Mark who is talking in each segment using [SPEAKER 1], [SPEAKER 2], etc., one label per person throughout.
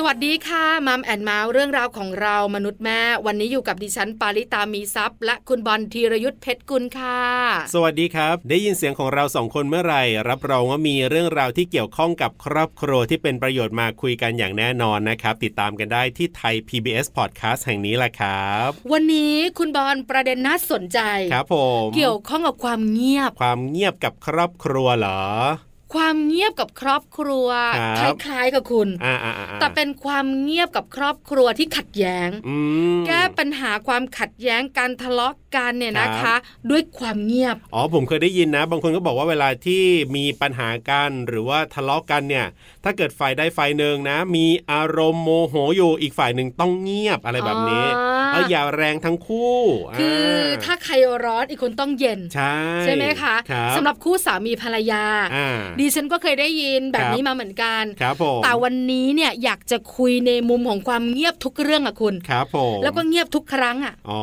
[SPEAKER 1] สวัสดีค่ะมัมแอนเมาส์เรื่องราวของเรามนุษย์แม่ วันนี้อยู่กับดิฉันปาริตามีซัพย์และคุณบอลธีรยุทธเพชรกุลค่ะ
[SPEAKER 2] สวัสดีครับ ได้ยินเสียงของเราสองคนเมื่อไหร่ รับรองว่ามีเรื่องราวที่เกี่ยวข้องกับครอบครัวที่เป็นประโยชน์มาคุยกันอย่างแน่นอนนะครับ ติดตามกันได้ที่ไทย PBS Podcast แห่งนี้แหละครับ
[SPEAKER 1] วันนี้คุณบอลประเด็นน่าสนใจ
[SPEAKER 2] ครับผม
[SPEAKER 1] เกี่ยวข้องกับความเงียบ
[SPEAKER 2] ความเงียบกับครอบครัวเหรอ
[SPEAKER 1] ความเงียบกับครอบครัว
[SPEAKER 2] ค
[SPEAKER 1] ครับ ล้ายๆกับคุณ
[SPEAKER 2] อ่าอ่าอ่า
[SPEAKER 1] แต่เป็นความเงียบกับครอบครัวที่ขัดแย้ง
[SPEAKER 2] อืม
[SPEAKER 1] แก้ปัญหาความขัดแย้งการทะเลาะกันเนี่ยนะ
[SPEAKER 2] ครั
[SPEAKER 1] คะ
[SPEAKER 2] บ
[SPEAKER 1] ด้วยความเงียบ
[SPEAKER 2] อ๋อผมเคยได้ยินนะ บางคนก็บอกว่าเวลาที่มีปัญหากันหรือว่าทะเลาะกันเนี่ย ถ้าเกิดฝ่ายใดฝ่ายหนึ่งนะ มีอารมณ์โมโหอยู่อีกฝ่ายหนึ่งต้องเงียบอะไรแบบนี้
[SPEAKER 1] อ๋อ
[SPEAKER 2] เอาอย่าแรงทั้งคู่
[SPEAKER 1] คืออา ถ้าใครร้อนอีกคนต้องเย็น
[SPEAKER 2] ใช่
[SPEAKER 1] ใช่ไหมคะ
[SPEAKER 2] รับ
[SPEAKER 1] สำหรับคู่สามีภรรยา
[SPEAKER 2] อ่า
[SPEAKER 1] ดิฉันก็เคยได้ยินแบบ
[SPEAKER 2] ครับ
[SPEAKER 1] นี้มาเหมือนกัน
[SPEAKER 2] ครับผม
[SPEAKER 1] แต่วันนี้เนี่ยอยากจะคุยในมุมของความเงียบทุกเรื่องอะคุณ
[SPEAKER 2] ครับผม
[SPEAKER 1] แล้วก็เงียบทุกครั้งอะ
[SPEAKER 2] อ๋อ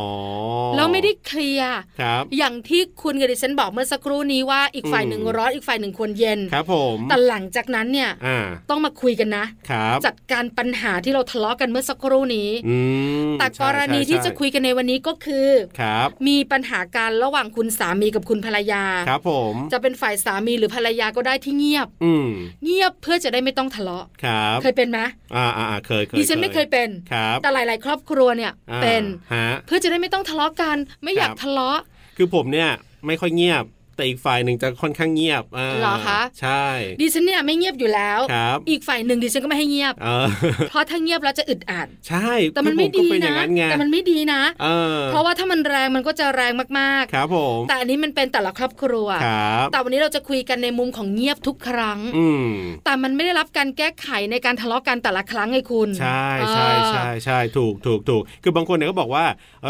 [SPEAKER 1] แล้วไม่ได้เคลียร์
[SPEAKER 2] ครับ
[SPEAKER 1] อย่างที่คุณกับดิฉันบอกเมื่อสักครู่นี้ว่าอีกฝ่ายหนึ่ง
[SPEAKER 2] อืม
[SPEAKER 1] ร้อนอีกฝ่ายหนึ่งควรเย็น
[SPEAKER 2] ครับผม
[SPEAKER 1] แต่หลังจากนั้นเนี่ย
[SPEAKER 2] อ่า
[SPEAKER 1] ต้องมาคุยกันนะ
[SPEAKER 2] ครับ
[SPEAKER 1] จัดการปัญหาที่เราทะเลาะกันเมื่อสักครู่นี้
[SPEAKER 2] อืม
[SPEAKER 1] แต่ก
[SPEAKER 2] ใช่
[SPEAKER 1] รณีที่
[SPEAKER 2] ใช่
[SPEAKER 1] จะคุยกันในวันนี้ก็คือ
[SPEAKER 2] ครับ
[SPEAKER 1] มีปัญหาการระหว่างคุณสามีกับคุณภรรยา
[SPEAKER 2] ครับผม
[SPEAKER 1] จะเป็นฝ่ายสามีหรือภรรยาก็ได้ที่เงียบ
[SPEAKER 2] อืม
[SPEAKER 1] เงียบเพื่อจะได้ไม่ต้องทะเลาะ
[SPEAKER 2] ครับ
[SPEAKER 1] เคยเป็นไหม
[SPEAKER 2] อ่าอ่าอ่าเคยเคย
[SPEAKER 1] ดิฉันไม่เคยเป็น
[SPEAKER 2] ครับ
[SPEAKER 1] แต่หลาย ๆ ครอบครัวเนี่ย
[SPEAKER 2] อ่า
[SPEAKER 1] เป็น
[SPEAKER 2] ฮะ
[SPEAKER 1] เพื่อจะได้ไม่ต้องทะเลาะกัน ไม่อยาก
[SPEAKER 2] ครับ
[SPEAKER 1] ทะเลาะ
[SPEAKER 2] คือผมเนี่ยไม่ค่อยเงียบ แต่อีกฝ่ายหนึ่งจะค่อนข้างเงียบา
[SPEAKER 1] เหรอคะ
[SPEAKER 2] ใช่
[SPEAKER 1] ดิฉันเนี่ยไม่เงียบอยู่แล้ว
[SPEAKER 2] ครับ
[SPEAKER 1] อีกฝ่ายหนึ่งดิฉันก็ไม่ให้เงียบ
[SPEAKER 2] เออ
[SPEAKER 1] เพราะถ้าเงียบแล้วจะอึดอัด
[SPEAKER 2] ใช่
[SPEAKER 1] แต่มันไม่
[SPEAKER 2] คือ
[SPEAKER 1] ดี
[SPEAKER 2] ผก็เป็นอ
[SPEAKER 1] นะ
[SPEAKER 2] ย่างนั้นไง
[SPEAKER 1] แต่มันไม่ดีนะ
[SPEAKER 2] เออ
[SPEAKER 1] เพราะว่าถ้ามันแรงมันก็จะแรงมาก
[SPEAKER 2] ครับผม
[SPEAKER 1] ๆ แต่อันนี้มันเป็นแต่ละครอบครัว
[SPEAKER 2] ครับ
[SPEAKER 1] แต่วันนี้เราจะคุยกันในมุมของเงียบทุกครั้ง
[SPEAKER 2] อืม
[SPEAKER 1] แต่มันไม่ได้รับการแก้ไขในการทะเลาะกันแต่ละครั้งไงคุณ
[SPEAKER 2] ใช่ใช่ใช่
[SPEAKER 1] เออ
[SPEAKER 2] ใช่ถูกถูกถูกคือบางคนเนี่ยก็บอกว่า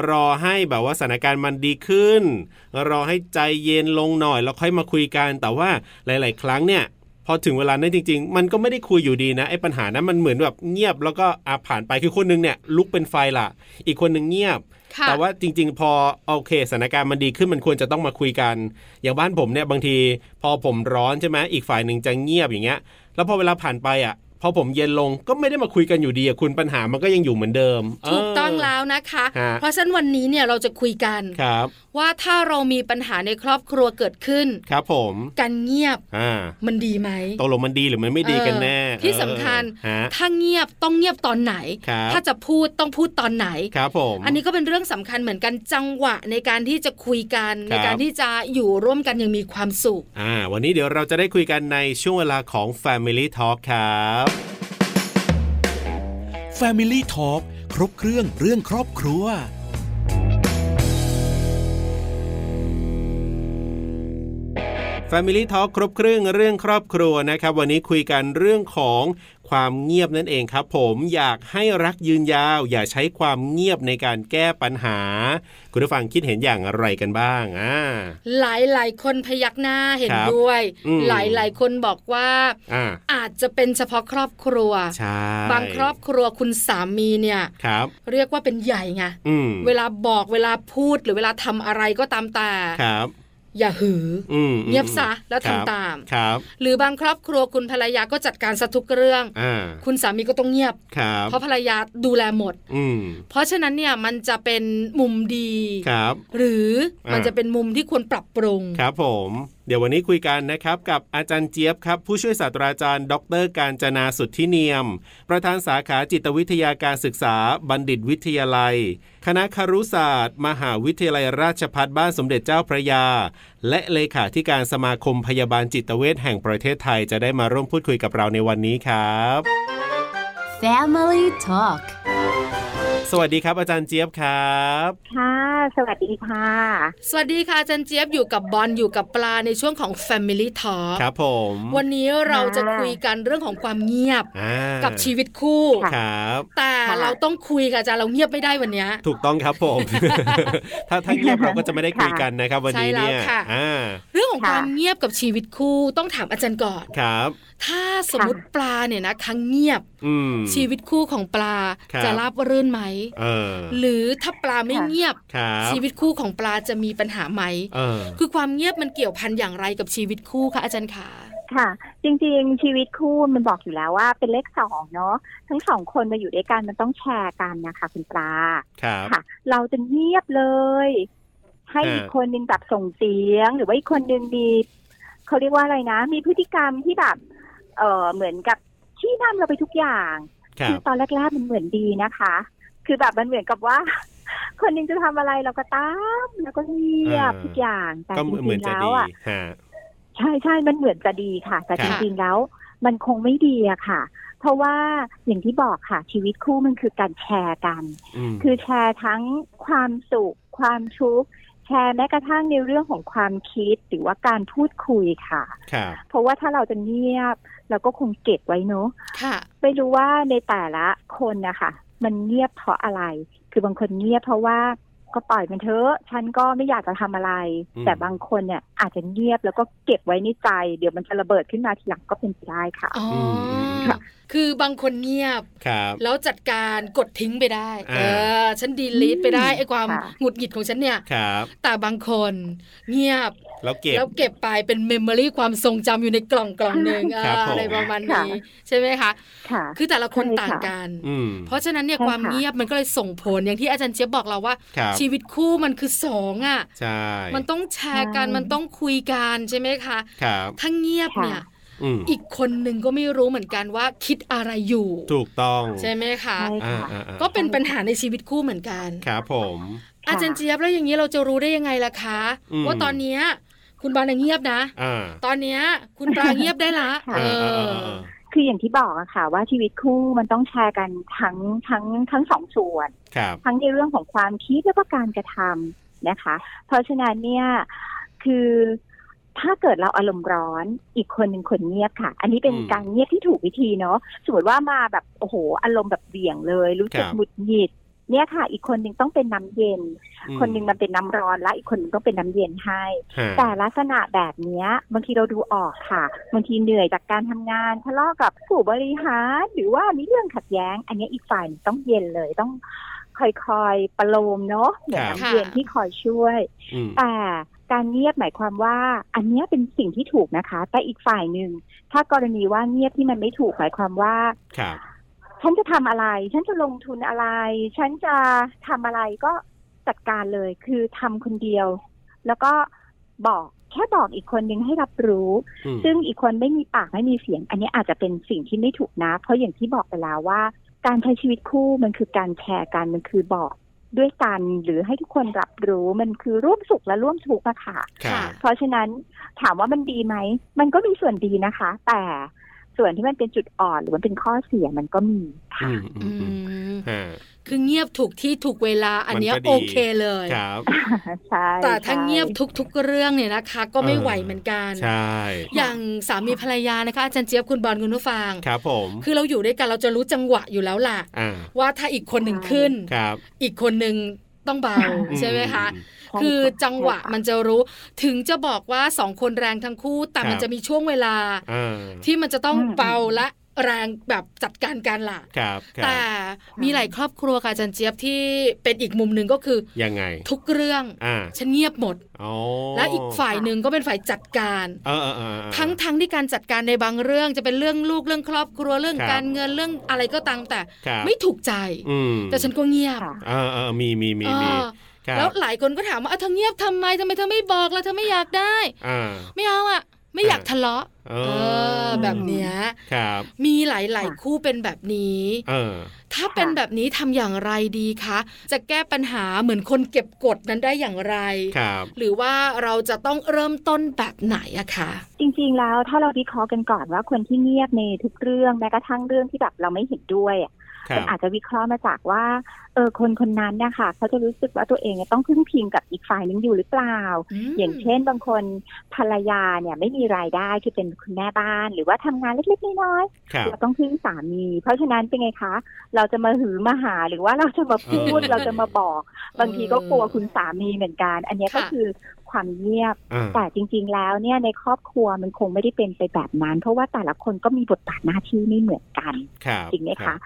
[SPEAKER 2] รอให้แบบว่าสถานการณ์มันดีขึ้น รอให้ใจเย็นลงหน่อยแล้วค่อยมาคุยกัน แต่ว่าหลาย ๆ ครั้งเนี่ย พอถึงเวลานั้นจริง ๆ มันก็ไม่ได้คุยอยู่ดีนะไอ้ปัญหานั้นมันเหมือนแบบเงียบแล้วก็อาผ่านไปคือคนหนึงเนี่ยลุกเป็นไฟล่ะ อีกคนหนึงเงียบ
[SPEAKER 1] ค่ะ
[SPEAKER 2] แต่ว่าจริง ๆ พอโอเคสถานการณ์มันดีขึ้นมันควรจะต้องมาคุยกัน อย่างบ้านผมเนี่ยบางที พอผมร้อนใช่ไหมอีกฝ่ายหนึ่งจะเงียบอย่างเงี้ย แล้วพอเวลาผ่านไปอ่ะ พอผมเย็นลงก็ไม่ได้มาคุยกันอยู่ดีอะคุณปัญหามันก็ยังอยู่เหมือนเดิมเ
[SPEAKER 1] ถูกต้องแล้วนะคะ
[SPEAKER 2] ฮะ
[SPEAKER 1] เพราะฉะนั้นวันนี้เนี่ยเราจะคุยกัน
[SPEAKER 2] ครับ
[SPEAKER 1] ว่าถ้าเรามีปัญหาในครอบครัวเกิดขึ้น
[SPEAKER 2] ครับผม
[SPEAKER 1] การเงียบ
[SPEAKER 2] อ่า
[SPEAKER 1] มันดีไหม
[SPEAKER 2] ตกลงมันดีหรือมันไม่ดีกันแน่
[SPEAKER 1] เออที่สำคัญ
[SPEAKER 2] เออฮะ
[SPEAKER 1] ถ้าเงียบต้องเงียบตอนไหน
[SPEAKER 2] ครับ
[SPEAKER 1] ถ้าจะพูดต้องพูดตอนไหน
[SPEAKER 2] ครับผม
[SPEAKER 1] อันนี้ก็เป็นเรื่องสำคัญเหมือนกันจังหวะในการที่จะคุยกัน
[SPEAKER 2] ค
[SPEAKER 1] ใน
[SPEAKER 2] รับ
[SPEAKER 1] การที่จะอยู่ร่วมกันอย่างมีความสุข
[SPEAKER 2] อ่าวันนี้เดี๋ยวเราจะได้คุยกันในช่วงเวลาของ Family Talk ครับ
[SPEAKER 3] Family Talk ครบเครื่องเรื่องครอบครัว
[SPEAKER 2] Family Talk ครบเครื่องเรื่องครอบครัวนะครับ วันนี้คุยกันเรื่องของความเงียบนั่นเองครับ ผมอยากให้รักยืนยาว อย่าใช้ความเงียบในการแก้ปัญหา คุณผู้ฟังคิดเห็นอย่างไรกันบ้างอ่า
[SPEAKER 1] หลายหลายๆคนพยักหน้าเห็น
[SPEAKER 2] ครับ
[SPEAKER 1] ด้วย
[SPEAKER 2] อืม
[SPEAKER 1] หลายหลายๆคนบอกว่า
[SPEAKER 2] อ่า
[SPEAKER 1] อาจจะเป็นเฉพาะครอบครัว
[SPEAKER 2] ใช่
[SPEAKER 1] บางครอบครัวคุณสามีเนี่ย
[SPEAKER 2] ครับ
[SPEAKER 1] เรียกว่าเป็นใหญ่ไง
[SPEAKER 2] อืม
[SPEAKER 1] เวลาบอกเวลาพูดหรือเวลาทำอะไรก็ตามแต่
[SPEAKER 2] ครับ
[SPEAKER 1] อย่าหืออ
[SPEAKER 2] อืม
[SPEAKER 1] เงียบซะแล้ว
[SPEAKER 2] ครับ
[SPEAKER 1] ทำตาม
[SPEAKER 2] ครับ
[SPEAKER 1] หรือบางครอบครัวคุณภรรยาก็จัดการซะทุกเรื่อง
[SPEAKER 2] อ่า
[SPEAKER 1] คุณสามีก็ต้องเงียบ
[SPEAKER 2] ครับ
[SPEAKER 1] เพราะภรรยาดูแลหมด
[SPEAKER 2] อืม
[SPEAKER 1] เพราะฉะนั้นเนี่ยมันจะเป็นมุมดี
[SPEAKER 2] ครับ
[SPEAKER 1] หรือมัน
[SPEAKER 2] อ่า
[SPEAKER 1] จะเป็นมุมที่ควรปรับปรุง
[SPEAKER 2] ครับผม เดี๋ยววันนี้คุยกันนะครับ กับอาจารย์เจี๊ยบครับ ผู้ช่วยศาสตราจารย์ ดรการจนาสุทธิเนียม ประธานสาขาจิตวิทยาการศึกษา บัณฑิตวิทยาลัย คณะครุศาสตร์ มหาวิทยาลัยราชภัฏบ้านสมเด็จเจ้าพระยา และเลขาธิการสมาคมพยาบาลจิตเวชแห่งประเทศไทยจะได้มาร่วมพูดคุยกับเราในวันนี้ครับ
[SPEAKER 4] Family Talk
[SPEAKER 2] สวัสดีครับอาจารย์เจี๊ยบครับ
[SPEAKER 5] ค่ะ สวัสดีค่ะ
[SPEAKER 1] สวัสดีค่ะอาจารย์เจี๊ยบอยู่กับบอลอยู่กับปลาในช่วงของ Family Talk
[SPEAKER 2] ครับผม
[SPEAKER 1] วันนี้เรา
[SPEAKER 5] ค่ะ
[SPEAKER 1] จะคุยกันเรื่องของความเงียบ
[SPEAKER 2] อ่า
[SPEAKER 1] กับชีวิตคู่
[SPEAKER 5] ค่ะ
[SPEAKER 2] ครับ
[SPEAKER 1] แต่
[SPEAKER 5] ค่ะ
[SPEAKER 1] เราต้องคุยกับอาจารย์เราเงียบไม่ได้วันเนี้ย
[SPEAKER 2] ถูกต้องครับผม ถ้าถ้าเงียบเราก็จะไม่ได้คุยกันนะครับ วันนี้เนี่ย
[SPEAKER 1] ใช่แล้วค่ะ
[SPEAKER 2] อ่า
[SPEAKER 1] เรื่องของ
[SPEAKER 5] ค่ะ
[SPEAKER 1] ความเงียบกับชีวิตคู่ต้องถามอาจารย์ก่อน
[SPEAKER 2] ครับ
[SPEAKER 1] ถ้าสมมติปลาเนี่ยนะคะเงียบ
[SPEAKER 2] อืม
[SPEAKER 1] ชีวิตคู่ของปลา
[SPEAKER 2] ครับ
[SPEAKER 1] จะราบรื่นไหม
[SPEAKER 2] เออ
[SPEAKER 1] หรือถ้าปลาไม่
[SPEAKER 5] ค่ะ
[SPEAKER 1] เงียบ
[SPEAKER 2] ครับ
[SPEAKER 1] ชีวิตคู่ของปลาจะมีปัญหาไหม
[SPEAKER 2] เออ
[SPEAKER 1] คือความเงียบมันเกี่ยวพันอย่างไรกับชีวิตคู่คะอาจารย์ขา
[SPEAKER 5] ค่ะ จริงๆ ชีวิตคู่มันบอกอยู่แล้วว่าเป็นเลขสองเนาะทั้งสองคนมาอยู่ด้วยกันมันต้องแชร์กันนะคะคุณปลา
[SPEAKER 2] ครับ
[SPEAKER 5] ค่ะ เราจะเงียบเลย ให้
[SPEAKER 2] อ่า
[SPEAKER 5] อีกคนนึงแบบส่งเสียง หรือว่าอีกคนนึงมีเขาเรียกว่าอะไรนะ มีพฤติกรรมที่แบบเออเหมือนกับชี้นำเราไปทุกอย่าง
[SPEAKER 2] ครั
[SPEAKER 5] คื
[SPEAKER 2] บ
[SPEAKER 5] อตอนแรกๆมันเหมือนดีนะคะ คือแบบมันเหมือนกับว่า คนหนึงจะทำอะไรเราก็ตาม แล้วก็เงียบ
[SPEAKER 2] อ่า
[SPEAKER 5] ทุกอย่างแต่
[SPEAKER 2] ก็
[SPEAKER 5] จ
[SPEAKER 2] เหมื
[SPEAKER 5] ริ
[SPEAKER 2] อน
[SPEAKER 5] งๆ
[SPEAKER 2] จะ
[SPEAKER 5] แล้
[SPEAKER 2] ดี
[SPEAKER 5] วอ่ะ
[SPEAKER 2] ฮะ
[SPEAKER 5] ใช่ใช่มันเหมือนจะดีค่ะ แต่
[SPEAKER 2] ครั
[SPEAKER 5] จ
[SPEAKER 2] บ
[SPEAKER 5] ริงๆแล้ว มันคงไม่ดีอะค่ะ เพราะว่าอย่างที่บอกค่ะ ชีวิตคู่มันคือการแชร์กัน
[SPEAKER 2] ม
[SPEAKER 5] คือแชร์ทั้งความสุข ความทุกข์แชร์แม้กระทั่งในเรื่องของความคิดหรือว่าการพูดคุยค่ะ
[SPEAKER 2] ครับ
[SPEAKER 5] เพราะว่าถ้าเราจะเงียบ เราก็คงเก็บไว้เนอะ
[SPEAKER 1] ค่ะ
[SPEAKER 5] ไม่รู้ว่าในแต่ละคนนะคะมันเงียบเพราะอะไร คือบางคนเงียบเพราะว่าก็ปล่อยมันเถอะฉันก็ไม่อยากจะทำอะไร
[SPEAKER 2] อืม
[SPEAKER 5] แต่บางคนเนี่ยอาจจะเงียบแล้วก็เก็บไว้ในใจ เดี๋ยวมันจะระเบิดขึ้นมาทีหลังก็เป็นไปได้ค่ะ
[SPEAKER 1] อ๋ออ
[SPEAKER 2] ม
[SPEAKER 1] คือบางคนเงียบ
[SPEAKER 2] ครับ
[SPEAKER 1] แล้วจัดการกดทิ้งไปได้
[SPEAKER 2] อ่า
[SPEAKER 1] เออ ฉันดีลีทไปได้ไอ้ความ
[SPEAKER 5] ค่ะ
[SPEAKER 1] หงุดหงิดของฉันเนี่ย
[SPEAKER 2] ครับ
[SPEAKER 1] แต่บางคนเงียบ
[SPEAKER 2] แล้วเก็บ
[SPEAKER 1] แล้วเก็บไปเป็นเมมโมรีความทรงจำอยู่ในกล่องกล่องหนึ่งเอ
[SPEAKER 2] ครับ
[SPEAKER 1] อ
[SPEAKER 2] ผม
[SPEAKER 1] อะไรประมาณ
[SPEAKER 5] ค่ะ
[SPEAKER 1] นี้ใช่ไหมคะ
[SPEAKER 5] ค่ะ
[SPEAKER 1] คือแต่ละคน
[SPEAKER 5] ใช่ค่ะ
[SPEAKER 1] ต่างกัน
[SPEAKER 2] อืม
[SPEAKER 1] เพราะฉะนั้นเนี่ย
[SPEAKER 5] ใช่
[SPEAKER 1] ความ
[SPEAKER 5] ค่ะ
[SPEAKER 1] เงียบมันก็เลยส่งผลอย่างที่อาจารย์เจี๊ยบบอกเราว่า
[SPEAKER 2] ครับ
[SPEAKER 1] ชีวิตคู่มันคือสองอ่ะ
[SPEAKER 2] ใช่
[SPEAKER 1] มันต้องแชร์กัน
[SPEAKER 5] ใช่
[SPEAKER 1] มันต้องคุยกันใช่ไหมคะ
[SPEAKER 2] ครับ
[SPEAKER 1] ถ้าเงียบเนี่ย
[SPEAKER 2] อืม
[SPEAKER 1] อีกคนหนึ่งก็ไม่รู้เหมือนกันว่าคิดอะไรอยู่
[SPEAKER 2] ถูกต้อง
[SPEAKER 1] ใช่ไหมคะ
[SPEAKER 5] ใช่
[SPEAKER 2] อ่า
[SPEAKER 5] ค่ะ
[SPEAKER 2] อ่าอ่า
[SPEAKER 1] ก็เป็นปัญหาในชีวิตคู่เหมือนกัน
[SPEAKER 2] ครับผม
[SPEAKER 1] อาจารย์เจี๊ยบแล้วอย่างนี้เราจะรู้ได้ยังไงล่ะคะ
[SPEAKER 2] อืม
[SPEAKER 1] ว่าตอนเนี้ยคุณบอลน่ะเงียบนะ
[SPEAKER 2] อ่า
[SPEAKER 1] ตอนเนี้ยคุณปลาเงียบได้ละ
[SPEAKER 5] ค่ะ
[SPEAKER 1] เอ
[SPEAKER 2] เออ
[SPEAKER 1] อ
[SPEAKER 2] เออเออ
[SPEAKER 5] คืออย่างที่บอกอะค่ะ ว่าชีวิตคู่มันต้องแชร์กันทั้งทั้งทั้งสองส่วน
[SPEAKER 2] ครับ
[SPEAKER 5] ทั้งในเรื่องของความคิดแล้วก็การกระทำนะคะ เพราะฉะนั้นเนี่ยคือถ้าเกิดเราอารมณ์ร้อนอีกคนหนึ่งคนเงียบค่ะ อันนี้เป็น
[SPEAKER 2] อืม
[SPEAKER 5] การเงียบที่ถูกวิธีเนาะสมมติว่ามาแบบโอ้โห อารมณ์แบบเบี่ยงเลย รู้สึ
[SPEAKER 2] ค
[SPEAKER 5] ก
[SPEAKER 2] รับ
[SPEAKER 5] หงุดหงิดเนี่ยค่ะ อีกคนหนึ่งต้องเป็นน้ำเย็น
[SPEAKER 2] อื
[SPEAKER 5] คนหนึ่งมันเป็นน้ำร้อนและอีกคนหนึ่งต้องเป็นน้ำเย็นให้
[SPEAKER 2] ฮะ
[SPEAKER 5] แต่ลักษณะแบบเนี้ยบางทีเราดูออกค่ะบางทีเหนื่อยจากการทำงานทะเลาะกับผู้บริหารหรือว่ามีเรื่องขัดแย้ง อันเนี้ยอีกฝ่ายหนึ่งต้องเย็นเลยต้องคอยๆประโลมเนาะเหมือนน้ำเย็น
[SPEAKER 1] ค่ะ
[SPEAKER 5] ที่คอยช่วย
[SPEAKER 2] อืม
[SPEAKER 5] แต่การเงียบหมายความว่า อันเนี้ยเป็นสิ่งที่ถูกนะคะ แต่อีกฝ่ายหนึ่งถ้ากรณีว่าเงียบที่มันไม่ถูกหมายความว่า
[SPEAKER 2] ครับ
[SPEAKER 5] ฉันจะทำอะไร ฉันจะลงทุนอะไร ฉันจะทำอะไรก็จัดการเลย คือทำคนเดียว แล้วก็บอกแค่บอกอีกคนนึงให้รับรู้
[SPEAKER 2] อืม
[SPEAKER 5] ซึ่งอีกคนไม่มีปากไม่มีเสียง อันนี้อาจจะเป็นสิ่งที่ไม่ถูกนะ เพราะอย่างที่บอกไปแล้วว่า การใช้ชีวิตคู่มันคือการแชร์กัน มันคือบอกด้วยกัน หรือให้ทุกคนรับรู้ มันคือร่วมสุขและร่วมทุกข์อะค่ะ
[SPEAKER 2] ครับ
[SPEAKER 5] เพราะฉะนั้นถามว่ามันดีไหม มันก็มีส่วนดีนะคะ แต่ส่วนที่มันเป็นจุดอ่อนหรือมันเป็นข้อเสียมันก็มี
[SPEAKER 2] อื
[SPEAKER 5] ค่ะ
[SPEAKER 2] มอื
[SPEAKER 1] อื
[SPEAKER 2] มอืม
[SPEAKER 1] ม
[SPEAKER 2] ฮะ
[SPEAKER 1] คือเงียบถูกที่ถูกเวลาอันเนี้ย
[SPEAKER 2] มันก็ดี
[SPEAKER 1] โอเคเลย
[SPEAKER 2] ครับ
[SPEAKER 5] ใช่
[SPEAKER 1] แต่ถ้า
[SPEAKER 5] ใช่
[SPEAKER 1] เงียบทุกๆเรื่องเนี่ยนะคะ ก็ไม่ไหวเหมือนกัน
[SPEAKER 2] ใช่
[SPEAKER 1] อย่างสามีภรรยานะคะอาจารย์เจี๊ยบคุณบอลคุณผู้ฟัง
[SPEAKER 2] ครับผม
[SPEAKER 1] คือเราอยู่ด้วยกันเราจะรู้จังหวะอยู่แล้วล่ะ
[SPEAKER 2] อ่า
[SPEAKER 1] ว่าถ้าอีกคนหนึ่งขึ้น
[SPEAKER 2] ครับ
[SPEAKER 1] อีกคนหนึ่งต้องเบา
[SPEAKER 2] อื
[SPEAKER 1] ใช่ไหมคะ
[SPEAKER 2] อื
[SPEAKER 5] ใช่
[SPEAKER 1] คือจังหวะ
[SPEAKER 5] ใช่ค่
[SPEAKER 1] มันจะรู้ถึงจะบอกว่าสองคนแรงทั้งคู่ แต่
[SPEAKER 2] ครับ
[SPEAKER 1] มันจะมีช่วงเวลา
[SPEAKER 2] อ่า
[SPEAKER 1] ที่มันจะต้อง
[SPEAKER 5] อืม
[SPEAKER 1] เบาและแรงแบบจัดการกันล่ะ
[SPEAKER 2] ครับครับ
[SPEAKER 1] แต่มีหลายครอบครัวค่ะอาจันเจี๊ยบที่เป็นอีกมุมหนึ่งก็คือ
[SPEAKER 2] ยังไง
[SPEAKER 1] ทุกเรื่อง
[SPEAKER 2] อ่า
[SPEAKER 1] ฉันเงียบหมด
[SPEAKER 2] อ๋อ
[SPEAKER 1] และอีกฝ่ายหนึ่งก็เป็นฝ่ายจัดการ
[SPEAKER 2] เออเออเออเออ
[SPEAKER 1] ทั้งทั้งที่การจัดการในบางเรื่องจะเป็นเรื่องลูกเรื่องครอบครัวเรื่อง
[SPEAKER 2] ครับ
[SPEAKER 1] การเงินเรื่องอะไรก็ตามแต่
[SPEAKER 2] ครับ
[SPEAKER 1] ไม่ถูกใจ
[SPEAKER 2] อืม
[SPEAKER 1] แต่ฉันก็เงียบ
[SPEAKER 5] ค่ะ
[SPEAKER 2] เออเออมีมีมี
[SPEAKER 1] เอ
[SPEAKER 2] มี
[SPEAKER 1] อ
[SPEAKER 2] ครับ
[SPEAKER 1] แล้วหลายคนก็ถามว่าเอาเธอเงียบทำไมทำไมเธอไม่บอกล่ะเธอไม่อยากได้
[SPEAKER 2] อ่า
[SPEAKER 1] ไม่เอาอ่ะ ไม่อยาก
[SPEAKER 2] อ่า
[SPEAKER 1] ทะเลาะ
[SPEAKER 2] เอ
[SPEAKER 1] เออ
[SPEAKER 2] อ
[SPEAKER 1] แบบเนี้ย
[SPEAKER 2] ครับ
[SPEAKER 1] มีหลาย
[SPEAKER 5] ค่ะ
[SPEAKER 1] ๆ คู่เป็นแบบนี้
[SPEAKER 2] เออ
[SPEAKER 1] ถ้าเป็นแบบนี้ทำอย่างไรดีคะ จะแก้ปัญหาเหมือนคนเก็บกดนั้นได้อย่างไร
[SPEAKER 2] ครับ
[SPEAKER 1] หรือว่าเราจะต้องเริ่มต้นแบบไหนอะคะ
[SPEAKER 5] จริงๆ แล้วถ้าเราวิเคราะห์กันก่อนว่าคนที่เงียบในทุกเรื่องแม้กระทั่งเรื่องที่แบบเราไม่เห็นด้วยอะ
[SPEAKER 2] ครั
[SPEAKER 5] มัน
[SPEAKER 2] บ
[SPEAKER 5] อาจจะวิเคราะห์มาจากว่าเออคนคนนั้นเนะคะเขาจะรู้สึกว่าตัวเองเนี่ยต้องพึ่งพิงกับอีกฝ่ายหนึงอยู่หรือเปล่า
[SPEAKER 1] ม
[SPEAKER 5] อย่างเช่นบางคนภรรยาเนี่ยไม่มีรายได้คือเป็นคุณแม่บ้าน หรือว่าทำงานเล็กๆน้อย
[SPEAKER 2] ครับ
[SPEAKER 5] ๆเราต้องพึ่งสามี เพราะฉะนั้นเป็นไงคะ เราจะมาหือมาหา หรือว่าเราจะมาพูด
[SPEAKER 2] เออ
[SPEAKER 5] เราจะมาบอก บางทีก็กลัวคุณสามีเหมือนกัน อันเนี้ยก็คือค ความเงียบ
[SPEAKER 2] อ่า
[SPEAKER 5] แต่จริง ๆ แล้วเนี่ยในครอบครัวมันคงไม่ได้เป็นไปแบบนั้น เพราะว่าแต่ละคนก็มีบทบาทหน้าที่ไม่เหมือนกัน
[SPEAKER 2] ครับ
[SPEAKER 5] จริงไหม
[SPEAKER 2] รั
[SPEAKER 5] คะ
[SPEAKER 2] บ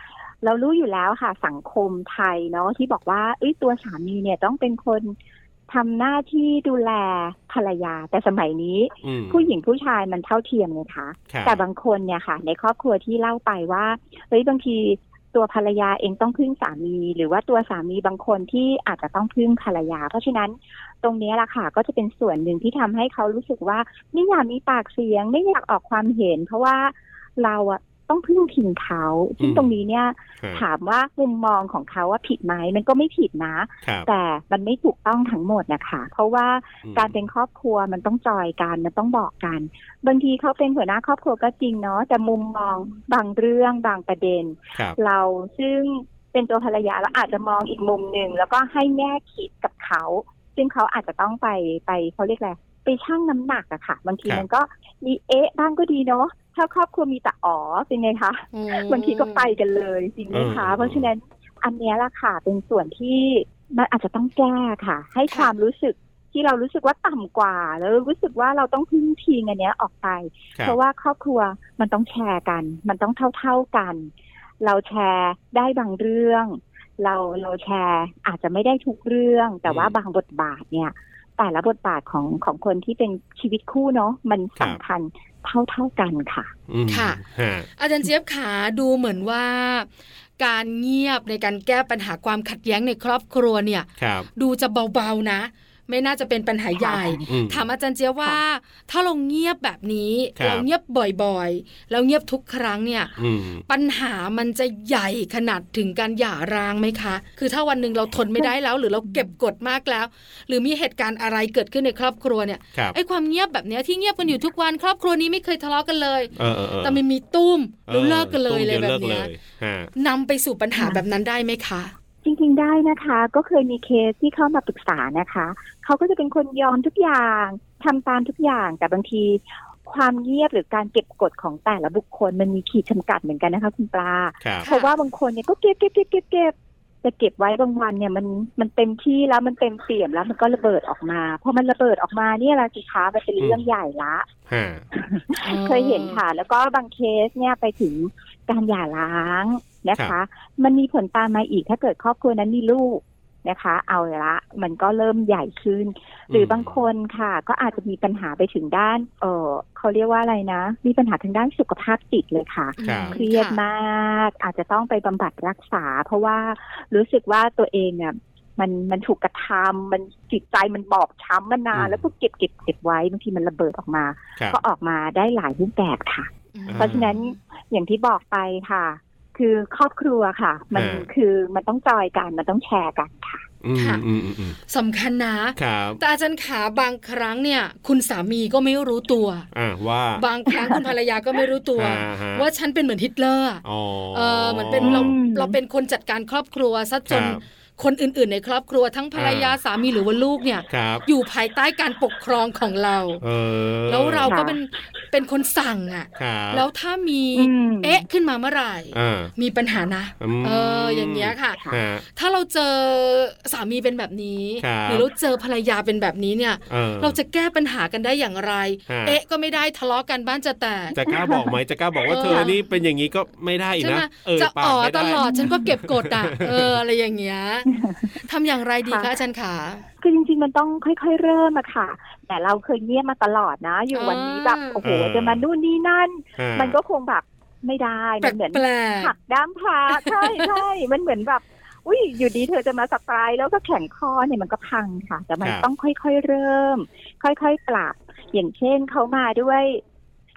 [SPEAKER 5] เรารู้อยู่แล้วค่ะสังคมไทยเนาะที่บอกว่าเอ้ยตัวสามีเนี่ยต้องเป็นคนทำหน้าที่ดูแลภรรยา แต่สมัยนี้
[SPEAKER 2] อืม
[SPEAKER 5] ผู้หญิงผู้ชายมันเท่าเทียมไงคะ
[SPEAKER 2] ครับ
[SPEAKER 5] แต่บางคนเนี่ยค่ะ ในครอบครัวที่เล่าไปว่าเฮ้ยบางทีตัวภรรยาเองต้องพึ่งสามี หรือว่าตัวสามีบางคนที่อาจจะต้องพึ่งภรรยา เพราะฉะนั้นตรงเนี้ยแหละค่ะ ก็จะเป็นส่วนหนึ่งที่ทำให้เขารู้สึกว่าไม่อยากมีปากเสียง ไม่อยากออกความเห็น เพราะว่าเราอะต้องพึ่งพิงเขา ซึ่งตรงนี้เนี่ย
[SPEAKER 2] ครั
[SPEAKER 5] ถามว่ามุมมองของเขาว่าผิดไหมมันก็ไม่ผิดนะ
[SPEAKER 2] ครับ
[SPEAKER 5] แต่มันไม่ถูกต้องทั้งหมดนะคะ เพราะว่า
[SPEAKER 2] อืม
[SPEAKER 5] การเป็นครอบครัวมันต้องจอยกันมันต้องบอกกัน บางทีเขาเป็นหัวหน้าครอบครัวก็จริงเนาะแต่มุมมองบางเรื่องบางประเด็น
[SPEAKER 2] ครับ
[SPEAKER 5] เราซึ่งเป็นตัวภรรยาเราอาจจะมองอีกมุมหนึ่งแล้วก็ให้แง่คิดกับเขา ซึ่งเขาอาจจะต้องไปไปเขาเรียกอะไรไปชั่งน้ำหนักอะค่ะ บางทีมันก็มีเอ๊ะบ้างก็ดีเนาะถ้าครอบครัวมีแต่อ๋อเป็นไงคะ
[SPEAKER 1] อืม
[SPEAKER 5] บางทีก็ไปกันเลยจริงไหมคะ เพราะฉะนั้นอันเนี้ยละค่ะเป็นส่วนที่มันอาจจะต้องแก้ค่ะ ให้
[SPEAKER 1] ค่ะ
[SPEAKER 5] ความรู้สึกที่เรารู้สึกว่าต่ำกว่า แล้วรู้สึกว่าเราต้องพึ่งพิงอันเนี้ยออกไป
[SPEAKER 2] คบ
[SPEAKER 5] เพราะว่าครอบครัวมันต้องแชร์กัน มันต้องเท่าๆกัน เราแชร์ได้บางเรื่อง เราเราแชร์อาจจะไม่ได้ทุกเรื่อง แต่ว่าบางบทบาทเนี่ย แต่ละบทบาทของของคนที่เป็นชีวิตคู่เนาะมันสำคัญเท่าๆกันค่ะ
[SPEAKER 2] อืม
[SPEAKER 1] ค่ะ
[SPEAKER 2] ฮะ
[SPEAKER 1] อาจารย์เจี๊ยบขาดูเหมือนว่า การเงียบในการแก้ปัญหาความขัดแย้งในครอบครัวเนี่ย
[SPEAKER 2] ครับ
[SPEAKER 1] ดูจะเบาๆนะ ไม่น่าจะเป็นปัญหาใหญ่
[SPEAKER 2] อืม
[SPEAKER 1] ถามอาจารย์เจี๊ยบว่า ถ้าเราเงียบแบบนี้
[SPEAKER 2] ครับ
[SPEAKER 1] เราเงียบบ่อยๆ เราเงียบทุกครั้งเนี่ย
[SPEAKER 2] อืม
[SPEAKER 1] ปัญหามันจะใหญ่ขนาดถึงการหย่าร้างไหมคะ คือถ้าวันหนึ่งเราทนไม่ได้แล้ว หรือเราเก็บกดมากแล้ว หรือมีเหตุการณ์อะไรเกิดขึ้นในครอบครัวเนี่ย
[SPEAKER 2] ครับ
[SPEAKER 1] ไอ้ความเงียบแบบเนี้ยที่เงียบกันอยู่ทุกวันครอบครัวนี้ไม่เคยทะเลาะกันเลย
[SPEAKER 2] เออเออเออ
[SPEAKER 1] แต่มันมีตุ้ม
[SPEAKER 2] อ
[SPEAKER 1] แล้ว
[SPEAKER 2] อ
[SPEAKER 1] เลิกกันเลย
[SPEAKER 2] ตุ้ม
[SPEAKER 1] อะไร
[SPEAKER 2] ดี๋ว
[SPEAKER 1] แบบ
[SPEAKER 2] ลิก
[SPEAKER 1] เนี้ย
[SPEAKER 2] ลฮะ
[SPEAKER 1] นำไปสู่ปัญหาแบบนั้นได้ไหมคะ
[SPEAKER 5] จริงๆได้นะคะก็เคยมีเคสที่เข้ามาปรึกษานะคะ เขาก็จะเป็นคนยอมทุกอย่างทำตามทุกอย่างแต่บางที ความเงียบหรือการเก็บกฎของแต่ละบุคคลมันมีขีดจำกัดเหมือนกันนะคะคุณปลา
[SPEAKER 2] ครับ
[SPEAKER 5] เพราะว่าบางคนเนี่ยก็เก็บเก็บเก็บเก็บเก็บจะเก็บไว้บางวันเนี่ยมันมันเต็มที่แล้วมันเต็มเปี่ยมแล้วมันก็ระเบิดออกมาพอมันระเบิดออกมาเนี่ยละสิคะมันเป็นเรื่องใหญ่ละ
[SPEAKER 2] ฮะ
[SPEAKER 5] เคยเห็นค่ะ แล้วก็บางเคสเนี่ยไปถึงการหย่าร้างนะคะ มันมีผลตามมาอีกถ้าเกิดครอบครัวนั้นมีลูกนะคะ เอาละมันก็เริ่มใหญ่ขึ้น หรือบางคนค่ะ ก็อาจจะมีปัญหาไปถึงด้าน เออเขาเรียกว่าอะไรนะ มีปัญหาทางด้านสุขภาพจิตเลยค่ะ
[SPEAKER 1] อืม
[SPEAKER 5] เครียดมาก อาจจะต้องไปบำบัดรักษา เพราะว่ารู้สึกว่าตัวเองเนี่ยมันมันถูกกระทำมันจิตใจมันบอบช้ำมานานแล้วก็เก็บเก็บเก็บไว้บางทีมันระเบิดออกมา
[SPEAKER 2] ครับ
[SPEAKER 5] ก็ออกมาได้หลายรูปแบบค่ะ
[SPEAKER 1] อืม
[SPEAKER 5] เพราะฉะนั้นอย่างที่บอกไปค่ะ คือครอบครัวค่ะ มัน
[SPEAKER 2] อ่า
[SPEAKER 5] คือมันต้องจอยกันมันต้องแชร์กันค่ะ
[SPEAKER 2] อืม
[SPEAKER 1] ค่ะ
[SPEAKER 2] อืมอืมอืม
[SPEAKER 1] สำคัญนะ
[SPEAKER 2] ครับ
[SPEAKER 1] แต่อาจารย์ขาบางครั้งเนี่ย คุณสามีก็ไม่รู้ตัว
[SPEAKER 2] อ่าว่า
[SPEAKER 1] บางครั้งคุณภรรยาก็ไม่รู้ตัว
[SPEAKER 2] อ่าฮะ
[SPEAKER 1] ว่าฉันเป็นเหมือนฮิตเลอร์อะ
[SPEAKER 2] อ๋อ
[SPEAKER 1] เออเหมือนเป็นเรา
[SPEAKER 5] อืม
[SPEAKER 1] เราเป็นคนจัดการครอบครัวซะจน
[SPEAKER 2] ครับ
[SPEAKER 1] คนอื่น ๆ ในครอบครัวทั้งภรรยา
[SPEAKER 2] อ่า
[SPEAKER 1] สามีหรือว่าลูกเนี่ย
[SPEAKER 2] ครับ
[SPEAKER 1] อยู่ภายใต้การปกครองของเรา
[SPEAKER 2] เออ
[SPEAKER 1] แล้วเราก็เป็นเป็นคนสั่งอ่ะ
[SPEAKER 2] ครับ
[SPEAKER 1] แล้วถ้ามี
[SPEAKER 5] ม
[SPEAKER 1] เอ๊ะขึ้นมาเมื่อไหร่
[SPEAKER 2] อ่า
[SPEAKER 1] มีปัญหานะ
[SPEAKER 2] ม
[SPEAKER 1] เอออย่างเงี้ยค่ะ
[SPEAKER 5] ค่ะ
[SPEAKER 2] ฮะ
[SPEAKER 1] ถ้าเราเจอสามีเป็นแบบนี้
[SPEAKER 2] ครับ
[SPEAKER 1] หรือเราเจอภรรยาเป็นแบบนี้เนี่ย
[SPEAKER 2] ออ
[SPEAKER 1] เราจะแก้ปัญหากันได้อย่างไร
[SPEAKER 2] ฮะ
[SPEAKER 1] เอ๊ะก็ไม่ได้ทะเลาะกันบ้านจะแตก
[SPEAKER 2] จะกล้าบอกไหมจะกล้าบอกว่า
[SPEAKER 1] เออ
[SPEAKER 2] เธอนี่เป็นอย่างนี้ก็ไม่ได้อีก
[SPEAKER 1] ใช่ไหม
[SPEAKER 2] นะเออ
[SPEAKER 1] จะ
[SPEAKER 2] ปาก
[SPEAKER 1] อ๋อ
[SPEAKER 2] ไม่
[SPEAKER 1] ต
[SPEAKER 2] ไ
[SPEAKER 1] ล อดฉันก็เก็บกดอ่ะ เอออะไรอย่างเงี้ย ทำอย่างไรดีคะ
[SPEAKER 5] ค่ะ
[SPEAKER 1] อาจารย์ขา
[SPEAKER 5] คือจริงๆมันต้องค่อยๆเริ่มอะค่ะ แต่เราเคยเงียบมาตลอดนะ อยู่
[SPEAKER 1] อ่า
[SPEAKER 5] วันนี้แบบโอ้โห
[SPEAKER 2] เออ
[SPEAKER 5] จะมานู่นนี่นั่น
[SPEAKER 2] ฮะ
[SPEAKER 5] มันก็คงแบบไม่ได้
[SPEAKER 1] แ
[SPEAKER 5] มันเหมือน
[SPEAKER 1] ปลก
[SPEAKER 5] หักด้ามพาใช่ใช่มันเหมือนแบบอุ้ยอยู่ดีเธอจะมาสไตล์แล้วก็แข่งคอเนี่ยมันก็พังค่ะ แต่มัน
[SPEAKER 2] ครับ
[SPEAKER 5] ต้องค่อยๆเริ่ม ค่อยๆปรับ อย่างเช่นเขามาด้วย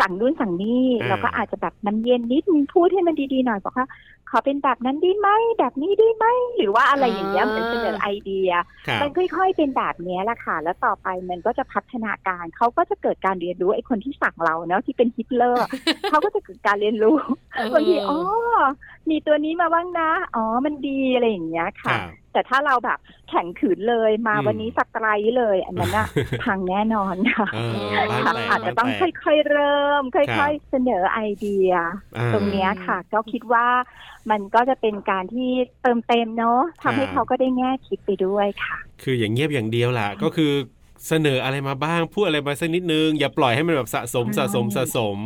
[SPEAKER 5] สั่งนู่นสั่งนี่
[SPEAKER 2] อ่า
[SPEAKER 5] เราก็อาจจะแบบน้ำเย็นนิดนึงพูดให้มันดีๆหน่อยบอกว่าขอเป็นแบบนั้นได้ไหมแบบนี้ได้ไหมหรือว่าอะไรอย่างเงี้ยเหมือนเสนอไอเดีย
[SPEAKER 2] ครับ
[SPEAKER 5] มันค่อย ๆ เป็นแบบเนี้ยแหละค่ะ แล้วต่อไปมันก็จะพัฒนาการ เขาก็จะเกิดการเรียนรู้ไอ้คนที่สั่งเราเนาะที่เป็นฮิตเลอร์ เขาก็จะเกิดการเรียนรู้
[SPEAKER 1] ๆเออบ
[SPEAKER 5] างทีอ๋อ มีตัวนี้มาบ้างนะ อ๋อ มันดีอะไรอย่างเงี้ย
[SPEAKER 2] ค
[SPEAKER 5] ค่ะ
[SPEAKER 2] รับ
[SPEAKER 5] แต่ถ้าเราแบบแข่งขืนเลยมา
[SPEAKER 2] อืม
[SPEAKER 5] วันนี้สไตรค์เลย อันนั้น อะ พังแน่นอนค่ะ
[SPEAKER 2] เออบ้านแตก
[SPEAKER 5] ค่ะอาจจะต้อง
[SPEAKER 2] บ้านแตก
[SPEAKER 5] ค่อยๆเริ่ม ค่
[SPEAKER 2] ครั
[SPEAKER 5] อย
[SPEAKER 2] บ
[SPEAKER 5] ๆเสนอไอเดีย
[SPEAKER 2] อ่า
[SPEAKER 5] ตรงเนี้ยค่ะ ก็คิดว่ามันก็จะเป็นการที่เติมเต็มเนาะทำให้
[SPEAKER 2] ครับ
[SPEAKER 5] เขาก็ได้แง่คิดไปด้วยค่ะ
[SPEAKER 2] คืออย่างเงียบอย่างเดียวล่ะก็คือ เสนออะไรมาบ้างพูดอะไรมาสักนิดนึง อย่าปล่อยให้มันแบบสะสมสะสมสะสม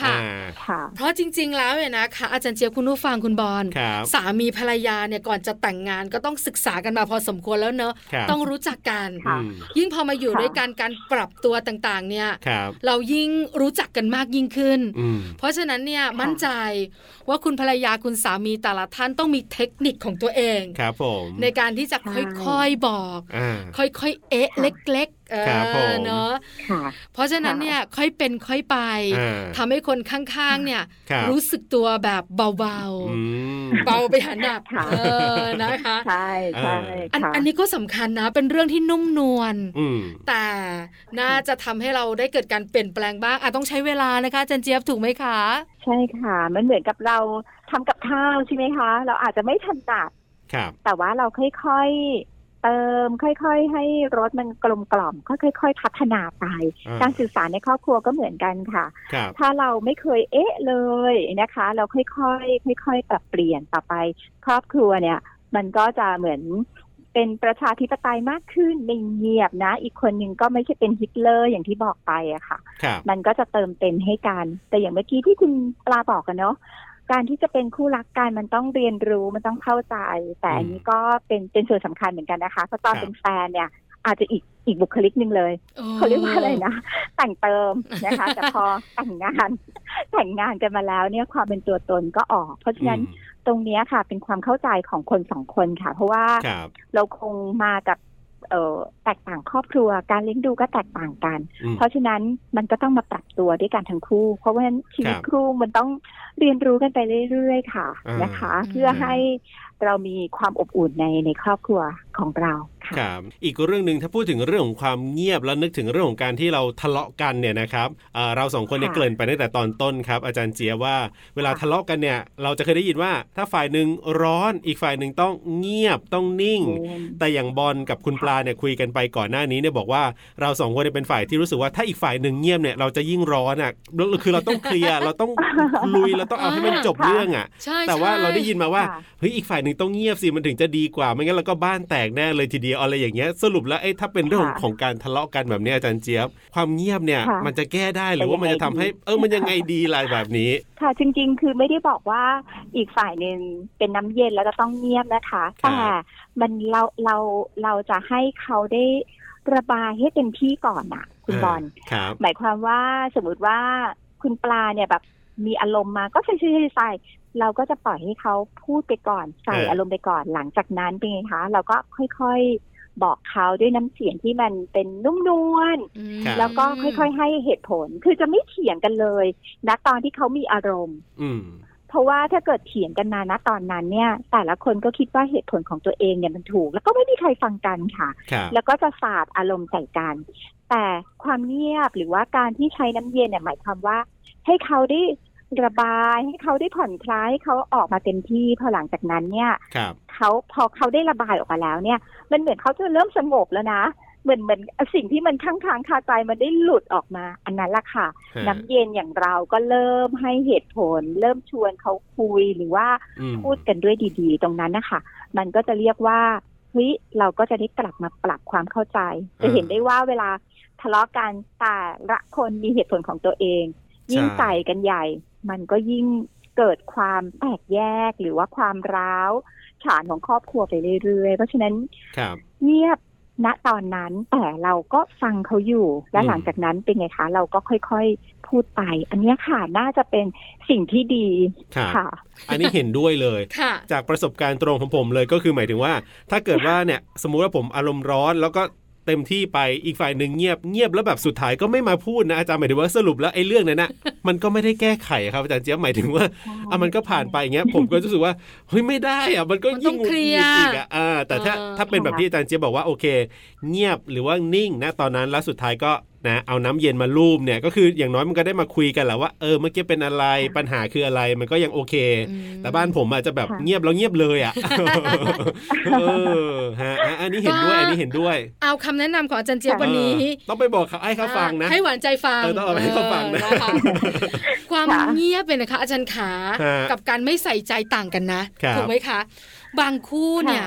[SPEAKER 1] ค่ะ
[SPEAKER 2] อ่า
[SPEAKER 5] ค่ะ
[SPEAKER 1] เพราะจริง ๆ แล้วเนี่ยนะคะอาจารย์เจี๊ยบคุณผู้ฟังคุณบอล
[SPEAKER 2] ครับ
[SPEAKER 1] สามีภรรยาเนี่ยก่อนจะแต่งงานก็ต้องศึกษากันมาพอสมควรแล้วเนอะ
[SPEAKER 2] ครับ
[SPEAKER 1] ต้องรู้จักกัน
[SPEAKER 5] ค่ะ
[SPEAKER 2] อืม
[SPEAKER 1] ยิ่งพอมาอยู่
[SPEAKER 5] ค่ะ
[SPEAKER 1] ด้วยกันการปรับตัวต่างๆ เนี่ย
[SPEAKER 2] ครับ
[SPEAKER 1] เรายิ่งรู้จักกันมากยิ่งขึ้น
[SPEAKER 2] อืม
[SPEAKER 1] เพราะฉะนั้นเนี่ยมั่นใจว่าคุณภรรยาคุณสามีแต่ละท่านต้องมีเทคนิคของตัวเอง
[SPEAKER 2] ครับผม
[SPEAKER 1] ในการที่จะค่อยๆบอก
[SPEAKER 2] อ่า
[SPEAKER 1] ค่อยๆเอ๊ะเล็กๆเอ
[SPEAKER 2] ครับผ
[SPEAKER 1] อ
[SPEAKER 2] ม
[SPEAKER 1] เนาะ
[SPEAKER 5] ค่ะ
[SPEAKER 1] เพราะฉะนั้นเนี่ยค่อยเป็นค่อยไป
[SPEAKER 2] อ่า
[SPEAKER 1] ทำให้คนข้างๆเนี่ย
[SPEAKER 2] ครับ
[SPEAKER 1] รู้สึกตัวแบบเบา
[SPEAKER 2] อืม
[SPEAKER 1] ๆเบาไปหันดับ
[SPEAKER 5] ค่ะ
[SPEAKER 1] เออนะคะ
[SPEAKER 5] ใช่ใช่
[SPEAKER 2] เออ
[SPEAKER 1] อัน
[SPEAKER 5] ค่ะ
[SPEAKER 1] อันนี้ก็สำคัญนะเป็นเรื่องที่นุ่มนวล
[SPEAKER 2] อืม
[SPEAKER 1] แต่น่าจะทำให้เราได้เกิดการเปลี่ยนแปลงบ้างอาจต้องใช้เวลานะคะอาจันเจี๊ยบถูกไหมคะ
[SPEAKER 5] ใช่ค่ะ มันเหมือนกับเราทำกับข้าวใช่ไหมคะ เราอาจจะไม่ถนัด
[SPEAKER 2] ครับ
[SPEAKER 5] แต่ว่าเราค่อยๆ เติมค่อยๆ ให้รสมันกลมกล่อมก็ค่อยๆ พัฒนาไป
[SPEAKER 2] อ่า
[SPEAKER 5] การสื่อสารในครอบครัวก็เหมือนกันค่ะ
[SPEAKER 2] ครับ
[SPEAKER 5] ถ้าเราไม่เคยเอ๊ะเลยนะคะ เราค่อยๆ ค่อยๆ ปรับเปลี่ยนต่อไป ครอบครัวเนี่ย มันก็จะเหมือนเป็นประชาธิปไตยมากขึ้นไม่เงียบนะ อีกคนหนึ่งก็ไม่ใช่เป็นฮิตเลอร์อย่างที่บอกไปอะค่ะ
[SPEAKER 2] ครับ
[SPEAKER 5] มันก็จะเติมเต็มให้กัน แต่อย่างเมื่อกี้ที่คุณปลาบอกกันเนาะ การที่จะเป็นคู่รักกันมันต้องเรียนรู้ มันต้องเข้าใจ แต่อันนี้ก็เป็นเป็นส่วนสำคัญเหมือนกันนะคะ เพราะตอน
[SPEAKER 2] ครับ
[SPEAKER 5] เป็นแฟนเนี่ย อาจจะอีกอีกบุคลิกหนึ่งเลย เขาเรียกว่าอะไรนะ แต่งเติมนะคะ แต่พอแต่งงาน แต่งงานกันมาแล้วเนี่ยความเป็นตัวตนก็ออก เพราะฉะนั้น
[SPEAKER 2] อืม
[SPEAKER 5] ตรงเนี้ยค่ะ เป็นความเข้าใจของคนสองคนค่ะ เพราะว่า
[SPEAKER 2] ครับ
[SPEAKER 5] เราคงมากับเอ่อแตกต่างครอบครัว การเลี้ยงดูก็แตกต่างกัน
[SPEAKER 2] อืม
[SPEAKER 5] เพราะฉะนั้นมันก็ต้องมาปรับตัวด้วยกันทั้งคู่ เพราะว่าชีวิต
[SPEAKER 2] ครับ
[SPEAKER 5] ครู่มันต้องเรียนรู้กันไปเรื่อยๆ ค่ะ
[SPEAKER 2] อ่าน
[SPEAKER 5] นะคะ เพื่อให้เรามีความอบอุ่นในในครอบครัวของเราค่ะ
[SPEAKER 2] ครับ อีกเรื่องหนึ่งถ้าพูดถึงเรื่องของความเงียบแล้วนึกถึงเรื่องของการที่เราทะเลาะกันเนี่ยนะครับเอ่อเราสองคนเนี่ย
[SPEAKER 5] ค่ะ
[SPEAKER 2] เกริ่นไปตั้งแต่ตอนต้นครับ อาจารย์เจียบว่า เวลา
[SPEAKER 5] ค่ะ
[SPEAKER 2] ทะเลาะกันเนี่ย เราจะเคยได้ยินว่า ถ้าฝ่ายหนึ่งร้อนอีกฝ่ายหนึ่งต้องเงียบต้องนิ่ง แต่อย่างบอลกับคุณปลาเนี่ยคุยกันไปก่อนหน้านี้เนี่ยบอกว่าเราสองคนเนี่ยเป็นฝ่ายที่รู้สึกว่าถ้าอีกฝ่ายหนึ่งเงียบเนี่ยเราจะยิ่งร้อนอ่ะแล้วคือเราต้องเคลียร์เราต้องลุยเราต้องเอาให้มันจบเรื่องอ่ะ
[SPEAKER 1] ใช่
[SPEAKER 2] แต่ว่า
[SPEAKER 1] ใช่
[SPEAKER 2] เราได้ยินมาว่า
[SPEAKER 5] ค่ะ
[SPEAKER 2] เฮ้ยอีกฝ่ายหนึ่งต้องเงียบสิมันถึงจะดีกว่าไม่งั้นเราก็บ้านแตกแน่เลยทีเดียวอะไรอย่างเงี้ยสรุปแล้วไอ้ถ้าเป็นเรื่องของของการทะเลาะกันแบบเนี้ยอาจารย์เจี๊ยบ ความเงียบเนี่ย
[SPEAKER 5] ค่ะ
[SPEAKER 2] มันจะแก้ได้หรือว่ามันจะทำให้เออมันยังไงดีอะไรแบบนี้
[SPEAKER 5] ค่ะจริงๆ คือไม่ได้บอกว่าอีกฝ่ายหนึ่งเป็นน้ำเย็นแล้วจะต้องเงียบนะคะ
[SPEAKER 2] ครับ
[SPEAKER 5] แต่มันเราเราเราจะให้เขาได้ระบายให้เต็มที่ก่อนอะคุณบอล
[SPEAKER 2] ครับ
[SPEAKER 5] หมายความว่าสมมติว่าคุณปลาเนี่ยแบบมีอารมณ์มาก็ใส่ใส่ใส่ใส่เราก็จะปล่อยให้เขาพูดไปก่อนใส่
[SPEAKER 2] เอออ
[SPEAKER 5] อารมณ์ไปก่อนหลังจากนั้นเป็นไงคะ เราก็ค่อยๆบอกเขาด้วยน้ำเสียงที่มันเป็นนุ่มนวล
[SPEAKER 1] อืม
[SPEAKER 2] ครับ
[SPEAKER 5] แล้วก็ค่อยๆ ให้เหตุผลคือจะไม่เถียงกันเลยนะตอนที่เขามีอารมณ์
[SPEAKER 2] อืม
[SPEAKER 5] เพราะว่าถ้าเกิดเถียงกันมานะตอนนั้นเนี่ย แต่ละคนก็คิดว่าเหตุผลของตัวเองเนี่ยมันถูก แล้วก็ไม่มีใครฟังกันค่ะ
[SPEAKER 2] ครับ
[SPEAKER 5] แล้วก็จะสาดอารมณ์ใส่กัน แต่ความเงียบหรือว่าการที่ใช้น้ำเย็นเนี่ยหมายความว่า ให้เขาได้ระบายให้เขาได้ผ่อนคลายให้เขาออกมาเต็มที่พอหลังจากนั้นเนี่ย
[SPEAKER 2] ครับ
[SPEAKER 5] เขาพอเขาได้ระบายออกมาแล้วเนี่ย มันเหมือนเขาจะเริ่มสงบแล้วนะ เหมือนเหมือนสิ่งที่มันค้างคางคาใจมันได้หลุดออกมา อันนั้นละค่ะ
[SPEAKER 2] ฮะ
[SPEAKER 5] น้ำเย็นอย่างเราก็เริ่มให้เหตุผล เริ่มชวนเขาคุยหรือว่า
[SPEAKER 2] อืม
[SPEAKER 5] พูดกันด้วยดีๆ ตรงนั้นนะคะ มันก็จะเรียกว่าเฮ้ยเราก็จะได้กลับมาปรับความเข้าใจ จะเห็นได้ว่าเวลาทะเลาะกันแต่ละคนมีเหตุผลของตัวเอง ยิ่งใส่กันใหญ่ มันก็ยิ่งเกิดความแตกแยกหรือว่าความร้าวฉานของครอบครัวไปเรื่อยๆ เพราะฉะนั้น
[SPEAKER 2] ครับ
[SPEAKER 5] เงียบณตอนนั้นแต่เราก็ฟังเขาอยู่ และ
[SPEAKER 2] อืม
[SPEAKER 5] หลังจากนั้นเป็นไงคะ เราก็ค่อยๆพูดไป อันเนี้ยค่ะน่าจะเป็นสิ่งที่ดี
[SPEAKER 2] ครับ
[SPEAKER 5] ค่ะ
[SPEAKER 2] อันนี้เห็นด้วยเลย
[SPEAKER 1] ค่ะ
[SPEAKER 2] จากประสบการณ์ตรงของผมเลยก็คือหมายถึงว่า ถ้าเกิดว่าเนี่ยสมมุติว่าผมอารมณ์ร้อนแล้วก็เต็มที่ไปอีกฝ่ายหนึ่งเงียบเงียบแล้วแบบสุดท้ายก็ไม่มาพูดนะอาจารย์หมายถึงว่าสรุปแล้วไอ้เรื่องนั้นนะ มันก็ไม่ได้แก้ไขครับอาจารย์เจี๊ยบหมายถึงว่าอ่ะมันก็ผ่านไปอย่างเงี้ยผมก็รู้สึกว่าเฮ้ยไม่ได้อ่ะมันก็
[SPEAKER 1] มันต้
[SPEAKER 2] ยิ่
[SPEAKER 1] อง ง
[SPEAKER 2] หงุดหงิด
[SPEAKER 1] เคลียร์
[SPEAKER 2] อีกอ่ะอ่าแต่ถ้า
[SPEAKER 1] เออ
[SPEAKER 2] ถ้าเป็นแบบที่อาจารย์เจี๊ยบบอกว่าโอเค เงียบหรือว่านิ่งนะตอนนั้นแล้วสุดท้ายก็นะเอาน้ำเย็นมาลูบเนี่ยก็คืออย่างน้อยมันก็ได้มาคุยกันแหละว่าเออเมื่อกี้เป็นอะไรปัญหาคืออะไรมันก็ยังโอเค
[SPEAKER 1] อืม
[SPEAKER 2] แต่บ้านผมอาจจะแบบ
[SPEAKER 5] ค่ะ
[SPEAKER 2] เงียบแล้วเงียบเลย อ่ะ เออฮะอ่ะอันนี้เห็นด้วย อันนี้เห็นด้วย
[SPEAKER 1] เอาคำแนะนำของอาจารย์เจี๊ยบวันนี้
[SPEAKER 2] เออต้องไปบอกเขาให้เขาฟังนะ
[SPEAKER 1] ให้หวานใจฟัง
[SPEAKER 2] เออต้องเอาไปให้เขาฟังนะ
[SPEAKER 1] เออคความ
[SPEAKER 5] ค่ะ
[SPEAKER 1] เงียบเป็นยนะคะ อาจารย์ขา
[SPEAKER 2] ฮะ
[SPEAKER 1] กับการไม่ใส่ใจต่างกันนะครับ ถูกไหมคะ บางคู่เนี่ย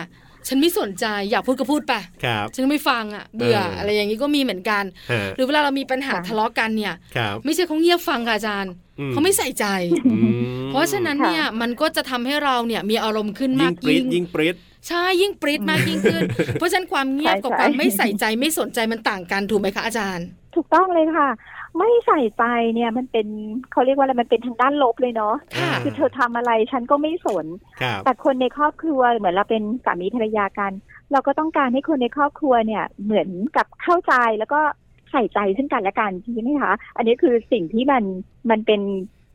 [SPEAKER 1] ฉันไม่สนใจอยากพูดก็พูดไป
[SPEAKER 2] ครับ
[SPEAKER 1] ฉันไม่ฟังอ่ะเบื่อ
[SPEAKER 2] เอออ
[SPEAKER 1] อะไรอย่างนี้ก็มีเหมือนกัน
[SPEAKER 2] ฮะ
[SPEAKER 1] หรือเวลาเรามีปัญหา
[SPEAKER 5] ค่ะ
[SPEAKER 1] ทะเลาะกันเนี่ย
[SPEAKER 2] ครับ
[SPEAKER 1] ไม่ใช่เขาเงียบฟังค่ะอาจารย์
[SPEAKER 2] อื
[SPEAKER 1] เขาไม่ใส่ใจ
[SPEAKER 2] อืม
[SPEAKER 1] เพราะฉะนั้นเนี่ยมันก็จะทำให้เราเนี่ยมีอารมณ์ขึ้น
[SPEAKER 2] ยิ่
[SPEAKER 1] มาง ก
[SPEAKER 2] ปริดยิ่งปริด
[SPEAKER 1] ใช่ยิ่งปรี๊ดมากยิ่งขึ้น เพราะฉะนั้นความเงียบกับ
[SPEAKER 5] ใช่ใช่
[SPEAKER 1] ความไม่ใส่ใจไม่สนใจมันต่างกันถูกไหมคะอาจารย์
[SPEAKER 5] ถูกต้องเลยค่ะ ไม่ใส่ใจเนี่ยมันเป็นเขาเรียกว่าอะไรมันเป็นทางด้านลบเลยเนาะ
[SPEAKER 2] ค่ะ
[SPEAKER 5] คือเธอทำอะไรฉันก็ไม่สน
[SPEAKER 2] ครับ
[SPEAKER 5] แต่คนในครอบครัวเหมือนเราเป็นสามีภรรยากัน เราก็ต้องการให้คนในครอบครัวเนี่ยเหมือนกับเข้าใจแล้วก็ใส่ใจซึ่งกันและกันใช่ไหมคะ อันนี้คือสิ่งที่มันมันเป็น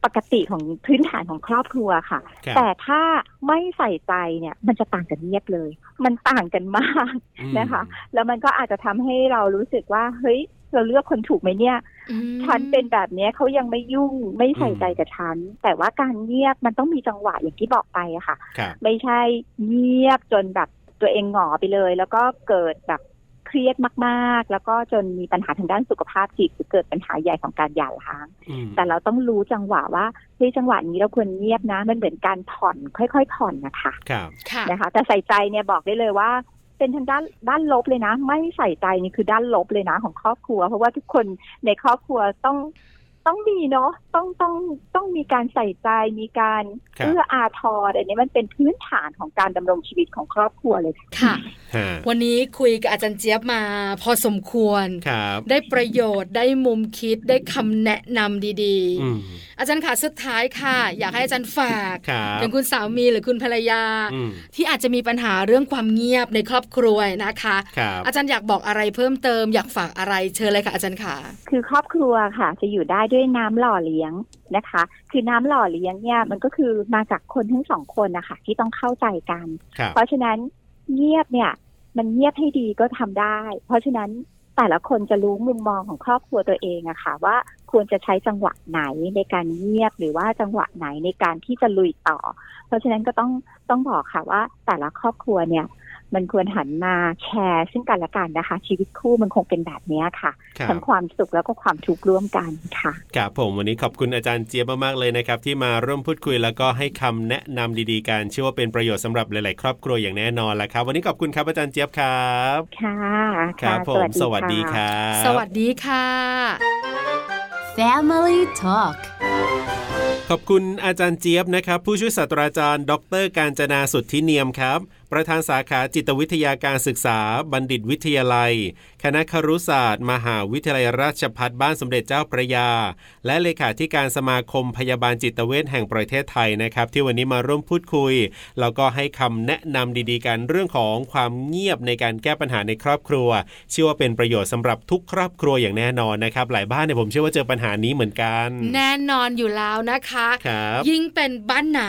[SPEAKER 5] ปกติของพื้นฐานของครอบครัวค่ะ
[SPEAKER 2] ครับ
[SPEAKER 5] แต่ถ้าไม่ใส่ใจเนี่ยมันจะต่างกันเยียบเลย มันต่างกันมาก
[SPEAKER 2] อืม
[SPEAKER 5] นะคะ แล้วมันก็อาจจะทำให้เรารู้สึกว่าเฮ้ยเราเลือกคนถูกไหมเนี่ย
[SPEAKER 1] อืม
[SPEAKER 5] ฉันเป็นแบบเนี้ยเขายังไม่ยุ่งไม่ใส่ใจกับฉัน แต่ว่าการเงียบมันต้องมีจังหวะอย่างที่บอกไปอะค่ะ
[SPEAKER 2] ครับ
[SPEAKER 5] ไม่ใช่เงียบจนแบบตัวเองหงอไปเลย แล้วก็เกิดแบบเครียดมาก ๆ แล้วก็จนมีปัญหาทางด้านสุขภาพจิตหรือเกิดปัญหาใหญ่ของการหย่าร้าง
[SPEAKER 2] อืม
[SPEAKER 5] แต่เราต้องรู้จังหวะว่าเฮ้ยจังหวะนี้เราควรเงียบนะ มันเหมือนการผ่อนค่อย ๆ ผ่อนนะคะ
[SPEAKER 2] ครับ
[SPEAKER 1] ค่ะ
[SPEAKER 5] นะคะ แต่ใส่ใจเนี่ยบอกได้เลยว่า เป็นทางด้านด้านลบเลยนะ ไม่ใส่ใจนี่คือด้านลบเลยนะของครอบครัว เพราะว่าทุกคนในครอบครัวต้องต้องมีเนาะต้องต้องต้องมีการใส่ใจมีการ
[SPEAKER 2] ครับ
[SPEAKER 5] เอื้ออาทรอันนี้มันเป็นพื้นฐานของการดำรงชีวิตของครอบครัวเลยค่ะ
[SPEAKER 1] ค่ะ
[SPEAKER 2] ฮะ
[SPEAKER 1] วันนี้คุยกับอาจารย์เจี๊ยบมา พอสมควร
[SPEAKER 2] ครับ
[SPEAKER 1] ได้ประโยชน์ได้มุมคิดได้คำแนะนำดี
[SPEAKER 2] อืม
[SPEAKER 1] ๆ อาจารย์ค่ะสุดท้ายค่ะ อยากให้อาจารย์ฝาก
[SPEAKER 2] ครับ
[SPEAKER 1] อย่างคุณสามีหรือคุณภรรยา
[SPEAKER 2] อืม
[SPEAKER 1] ที่อาจจะมีปัญหาเรื่องความเงียบในครอบครัวนะคะ
[SPEAKER 2] ครับ
[SPEAKER 1] อาจารย์อยากบอกอะไรเพิ่มเติม อยากฝากอะไรเชิญเลยค่ะอาจารย์ค่ะ
[SPEAKER 5] คือครอบครัวค่ะ จะอยู่ได้ด้วยน้ำหล่อเลี้ยงนะคะ คือน้ำหล่อเลี้ยงเนี่ยมันก็คือมาจากคนทั้งสองคนนะคะที่ต้องเข้าใจกัน
[SPEAKER 2] ครับ
[SPEAKER 5] เพราะฉะนั้นเงียบเนี่ย มันเงียบให้ดีก็ทำได้ เพราะฉะนั้นแต่ละคนจะรู้มุมมองของครอบครัวตัวเองอะค่ะ ว่าควรจะใช้จังหวะไหนในการเงียบหรือว่าจังหวะไหนในการที่จะลุยต่อ เพราะฉะนั้นก็ต้องต้องบอกค่ะว่าแต่ละครอบครัวเนี่ย มันควรหันมาแชร์ซึ่งกันและกันนะคะ ชีวิตคู่มันคงเป็นแบบเนี้ยค่ะ
[SPEAKER 2] ครับ
[SPEAKER 5] ทั้งความสุขแล้วก็ความทุกข์ร่วมกันค่ะ
[SPEAKER 2] ครับผมวันนี้ขอบคุณอาจารย์เจี๊ยบมากๆเลยนะครับ ที่มาร่วมพูดคุยแล้วก็ให้คำแนะนำดีๆกันเชื่อว่าเป็นประโยชน์สำหรับหลาย ๆ ครอบครัวอย่างแน่นอนละครับ วันนี้ขอบคุณครับอาจารย์เจี๊ยบครับ
[SPEAKER 5] ค่ะ
[SPEAKER 2] ครับ
[SPEAKER 5] ะ
[SPEAKER 2] ผมส
[SPEAKER 5] ส
[SPEAKER 2] วั
[SPEAKER 5] วั
[SPEAKER 2] ส
[SPEAKER 5] ส
[SPEAKER 2] ดี
[SPEAKER 5] ดี
[SPEAKER 2] ค
[SPEAKER 5] ค่ะ
[SPEAKER 2] รับ
[SPEAKER 1] สวัสดีค่ะ
[SPEAKER 4] Family Talk
[SPEAKER 2] ขอบคุณอาจารย์เจี๊ยบนะครับ ผู้ช่วยศาสตราจารย์ ดรการจนาสุทธิเนียมครับ ประธานสาขาจิตวิทยาการศึกษา บัณฑิตวิทยาลัย คณะครุศาสตร์ มหาวิทยาลัยราชภัฏบ้านสมเด็จเจ้าพระยา และเลขาธิการสมาคมพยาบาลจิตเวชแห่งประเทศไทยนะครับ ที่วันนี้มาร่วมพูดคุย แล้วก็ให้คำแนะนำดีๆ กันเรื่องของความเงียบในการแก้ปัญหาในครอบครัว เชื่อว่าเป็นประโยชน์สำหรับทุกครอบครัวอย่างแน่นอนนะครับ หลายบ้านเนี่ยผมเชื่อว่าเจอปัญหานี้เหมือนกัน
[SPEAKER 1] แน่นอนอยู่แล้วนะคะ
[SPEAKER 2] ครับ
[SPEAKER 1] ยิ่งเป็นบ้านไหน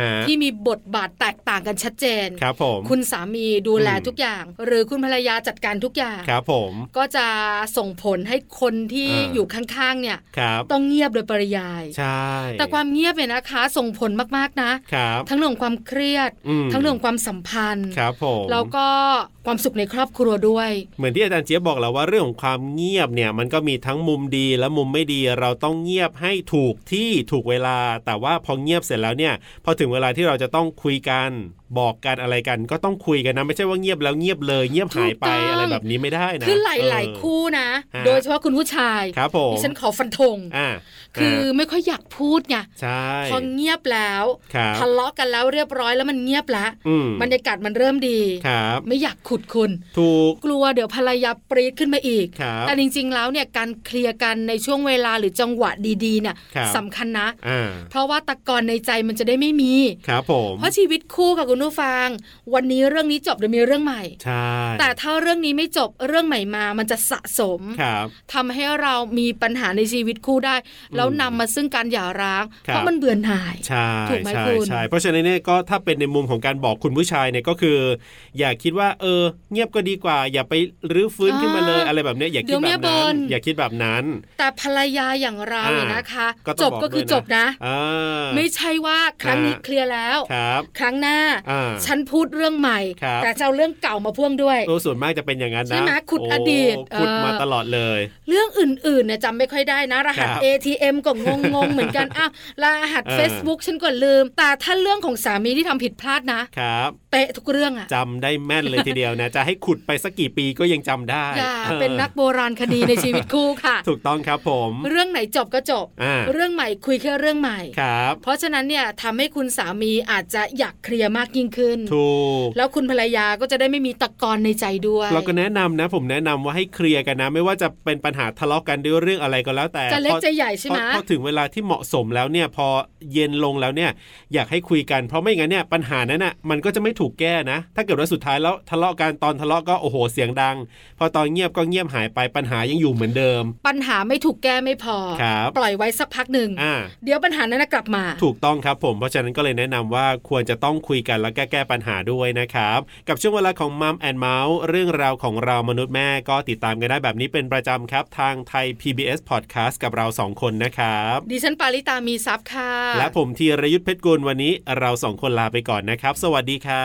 [SPEAKER 2] ฮะ
[SPEAKER 1] ที่มีบทบาทแตกต่างกันชัดเจน
[SPEAKER 2] ครับผม
[SPEAKER 1] คุณสามีดูแล
[SPEAKER 2] อืม
[SPEAKER 1] ทุกอย่าง หรือคุณภรรยาจัดการทุกอย่าง
[SPEAKER 2] ครับผม
[SPEAKER 1] ก็จะส่งผลให้คนที่
[SPEAKER 2] อ่า
[SPEAKER 1] อยู่ข้างๆ เนี่ย
[SPEAKER 2] ครับ
[SPEAKER 1] ต้องเงียบโดยปริยาย
[SPEAKER 2] ใช่
[SPEAKER 1] แต่ความเงียบเนี่ยนะคะ ส่งผลมากๆนะ
[SPEAKER 2] ครับ
[SPEAKER 1] ทั้งเรื่องความเครียด
[SPEAKER 2] อืม
[SPEAKER 1] ทั้งเรื่องความสัมพันธ์
[SPEAKER 2] ครับผม
[SPEAKER 1] แล้วก็ความสุขในครอบครัวด้วย
[SPEAKER 2] เหมือนที่อาจารย์เจี๊ยบบอกแล้วว่าเรื่องของความเงียบเนี่ยมันก็มีทั้งมุมดีและมุมไม่ดีเราต้องเงียบให้ถูกที่ถูกเวลา แต่ว่าพอเงียบเสร็จแล้วเนี่ย พอถึงเวลาที่เราจะต้องคุยกันบอกกันอะไรกัน ก็ต้องคุยกันนะไม่ใช่ว่าเงียบแล้วเงียบเลยเงียบหายไป
[SPEAKER 1] ถูกต้อง
[SPEAKER 2] อะไรแบบนี้ไม่ได้นะ
[SPEAKER 1] คือหลาย
[SPEAKER 2] เออ
[SPEAKER 1] ๆ คู่นะ
[SPEAKER 2] ฮะ
[SPEAKER 1] โดยเฉพาะคุณผู้ชาย
[SPEAKER 2] ครับผม
[SPEAKER 1] ดิฉันขอฟันธง
[SPEAKER 2] อ่า
[SPEAKER 1] คือ
[SPEAKER 2] อ่า
[SPEAKER 1] ไม่ค่อยอยากพูดไง
[SPEAKER 2] ใช่
[SPEAKER 1] พอเงียบแล้ว
[SPEAKER 2] ครับ
[SPEAKER 1] ทะเลาะกันแล้วเรียบร้อยแล้วมันเงียบแล้ว
[SPEAKER 2] อืม
[SPEAKER 1] บรรยากาศมันเริ่มดี
[SPEAKER 2] ครับ
[SPEAKER 1] ไม่อยากขุดคุณ
[SPEAKER 2] ถูก
[SPEAKER 1] กลัวเดี๋ยวภรรยาปรีดขึ้นมาอีก
[SPEAKER 2] ครับ
[SPEAKER 1] แต่จริงๆ แล้วเนี่ยการเคลียร์กันในช่วงเวลาหรือจังหวะดีๆเนี่ย
[SPEAKER 2] ครับ
[SPEAKER 1] สำคัญนะ
[SPEAKER 2] อ่า
[SPEAKER 1] เพราะว่าตะกอนในใจมันจะได้ไม่มี
[SPEAKER 2] ครับผม
[SPEAKER 1] เพราะชีวิตคู่ค่ะคุณผู้ฟัง วันนี้เรื่องนี้จบเดี๋ยวมีเรื่องใหม่
[SPEAKER 2] ใช่
[SPEAKER 1] แต่ถ้าเรื่องนี้ไม่จบเรื่องใหม่มามันจะสะสม
[SPEAKER 2] ครับ
[SPEAKER 1] ทำให้เรามีปัญหาในชีวิตคู่ได้ แล้ว
[SPEAKER 2] อืม
[SPEAKER 1] นำมาซึ่งการหย่าร้าง
[SPEAKER 2] ครับ
[SPEAKER 1] เพราะมันเบื่อหน่าย
[SPEAKER 2] ใช่
[SPEAKER 1] ถูกไหม
[SPEAKER 2] ใช่
[SPEAKER 1] คุณ
[SPEAKER 2] ใช่เพราะฉะนั้นเนี่ยก็ถ้าเป็นในมุมของการบอกคุณผู้ชายเนี่ยก็คือ อย่าคิดว่าเออ เงียบก็ดีกว่า อย่าไปรื้อฟื้น
[SPEAKER 1] อ่า
[SPEAKER 2] ขึ้นมาเลยอะไรแบบเนี้ยอย่าคิด
[SPEAKER 1] เดี๋ยว
[SPEAKER 2] แบ
[SPEAKER 1] เมีย
[SPEAKER 2] บ
[SPEAKER 1] บ่
[SPEAKER 2] นั้น
[SPEAKER 1] น
[SPEAKER 2] อย่าคิดแบบนั้น
[SPEAKER 1] แต่ภรรยาอย่างเรา
[SPEAKER 2] อ่า
[SPEAKER 1] เนี่ยนะคะ
[SPEAKER 2] ก็
[SPEAKER 1] จ
[SPEAKER 2] ต้อง
[SPEAKER 1] บ
[SPEAKER 2] บอก
[SPEAKER 1] ก็คือ
[SPEAKER 2] ด้วยนะ
[SPEAKER 1] จบนะ
[SPEAKER 2] อ่า
[SPEAKER 1] ไม่ใช่ว่าครั้งนี้
[SPEAKER 2] อ่า
[SPEAKER 1] เคลียร์แล้ว
[SPEAKER 2] ครับ
[SPEAKER 1] ครั้งหน้า
[SPEAKER 2] อ่า
[SPEAKER 1] ฉันพูดเรื่องใหม่
[SPEAKER 2] ครับ
[SPEAKER 1] แต่จะเอาเรื่องเก่ามาพ่วงด้วย
[SPEAKER 2] โอ้ส่วนมากจะเป็นอย่างนั้นนะ
[SPEAKER 1] ใช่ไหมขุด
[SPEAKER 2] โ
[SPEAKER 1] อดีต
[SPEAKER 2] ขุด
[SPEAKER 1] เออ
[SPEAKER 2] มาตลอดเลย
[SPEAKER 1] เรื่องอื่นๆเนี่ยจำไม่ค่อยได้นะ รหัส
[SPEAKER 2] ครับ
[SPEAKER 1] ATM ก็งงงๆเหมือนกัน อ้าวรหัส
[SPEAKER 2] เออ
[SPEAKER 1] Facebook ฉันก็ลืม แต่ถ้าเรื่องของสามีที่ทำผิดพลาดนะ
[SPEAKER 2] ครับ
[SPEAKER 1] เป๊ะทุกเรื่องอะ
[SPEAKER 2] จำได้แม่นเลยทีเดียวนะ จะให้ขุดไปสักกี่ปีก็ยังจำได้
[SPEAKER 1] อย่า
[SPEAKER 2] ออ
[SPEAKER 1] เป็นนักโบราณคดีในชีวิตคู่ค่ะ
[SPEAKER 2] ถูกต้องครับผม
[SPEAKER 1] เรื่องไหนจบก็จบ
[SPEAKER 2] อ่า
[SPEAKER 1] เรื่องใหม่คุยแค่เรื่องใหม่
[SPEAKER 2] ครับ
[SPEAKER 1] เพราะฉะนั้นเนี่ยทำให้คุณสามีอาจจะอยากเคลียร์มากยิ่งขึ้น
[SPEAKER 2] ถูก
[SPEAKER 1] แล้วคุณภรรยาก็จะได้ไม่มีตะกอนในใจด้วย
[SPEAKER 2] เราก็แนะนำนะ ผมแนะนำว่าให้เคลียร์กันนะ ไม่ว่าจะเป็นปัญหาทะเลาะกันด้วยเรื่องอะไรก็แล้วแต่
[SPEAKER 1] จะเล็ก
[SPEAKER 2] พอ
[SPEAKER 1] จะใหญ่ใช่ไหม
[SPEAKER 2] พอพอถึงเวลาที่เหมาะสมแล้วเนี่ย พอเย็นลงแล้วเนี่ย อยากให้คุยกันเพราะไม่งั้นเนี่ยปัญหานั้นน่ะมันก็จะไม่ถูกแก้นะ ถ้าเกิดว่าสุดท้ายแล้วทะเลาะกันตอนทะเลาะก็โอ้โหเสียงดัง พอตอนเงียบก็เงียบหายไปปัญหายังอยู่เหมือนเดิม
[SPEAKER 1] ปัญหาไม่ถูกแก้ไม่พอ
[SPEAKER 2] ครับ
[SPEAKER 1] ปล่อยไว้สักพักหนึ่ง
[SPEAKER 2] อ่า
[SPEAKER 1] เดี๋ยวปัญหานั้นนะกลับมา
[SPEAKER 2] ถูกต้องครับผม เพราะฉะนั้นก็เลยแนะนำว่าควรจะต้องคุยกันแล้วแก้แก้ปัญหาด้วยนะครับ กับช่วงเวลาของมัมแอนเมาส์เรื่องราวของเรามนุษย์แม่ก็ติดตามกันได้แบบนี้เป็นประจำครับ ทางไทย PBS Podcast กับเราสองคนนะครับ
[SPEAKER 1] ดิฉันปาริตามีซับค่ะ
[SPEAKER 2] และผมธีรยุทธเพชรกุลวันนี้เราสองคนลาไปก่อนนะครับ สวัสดีครั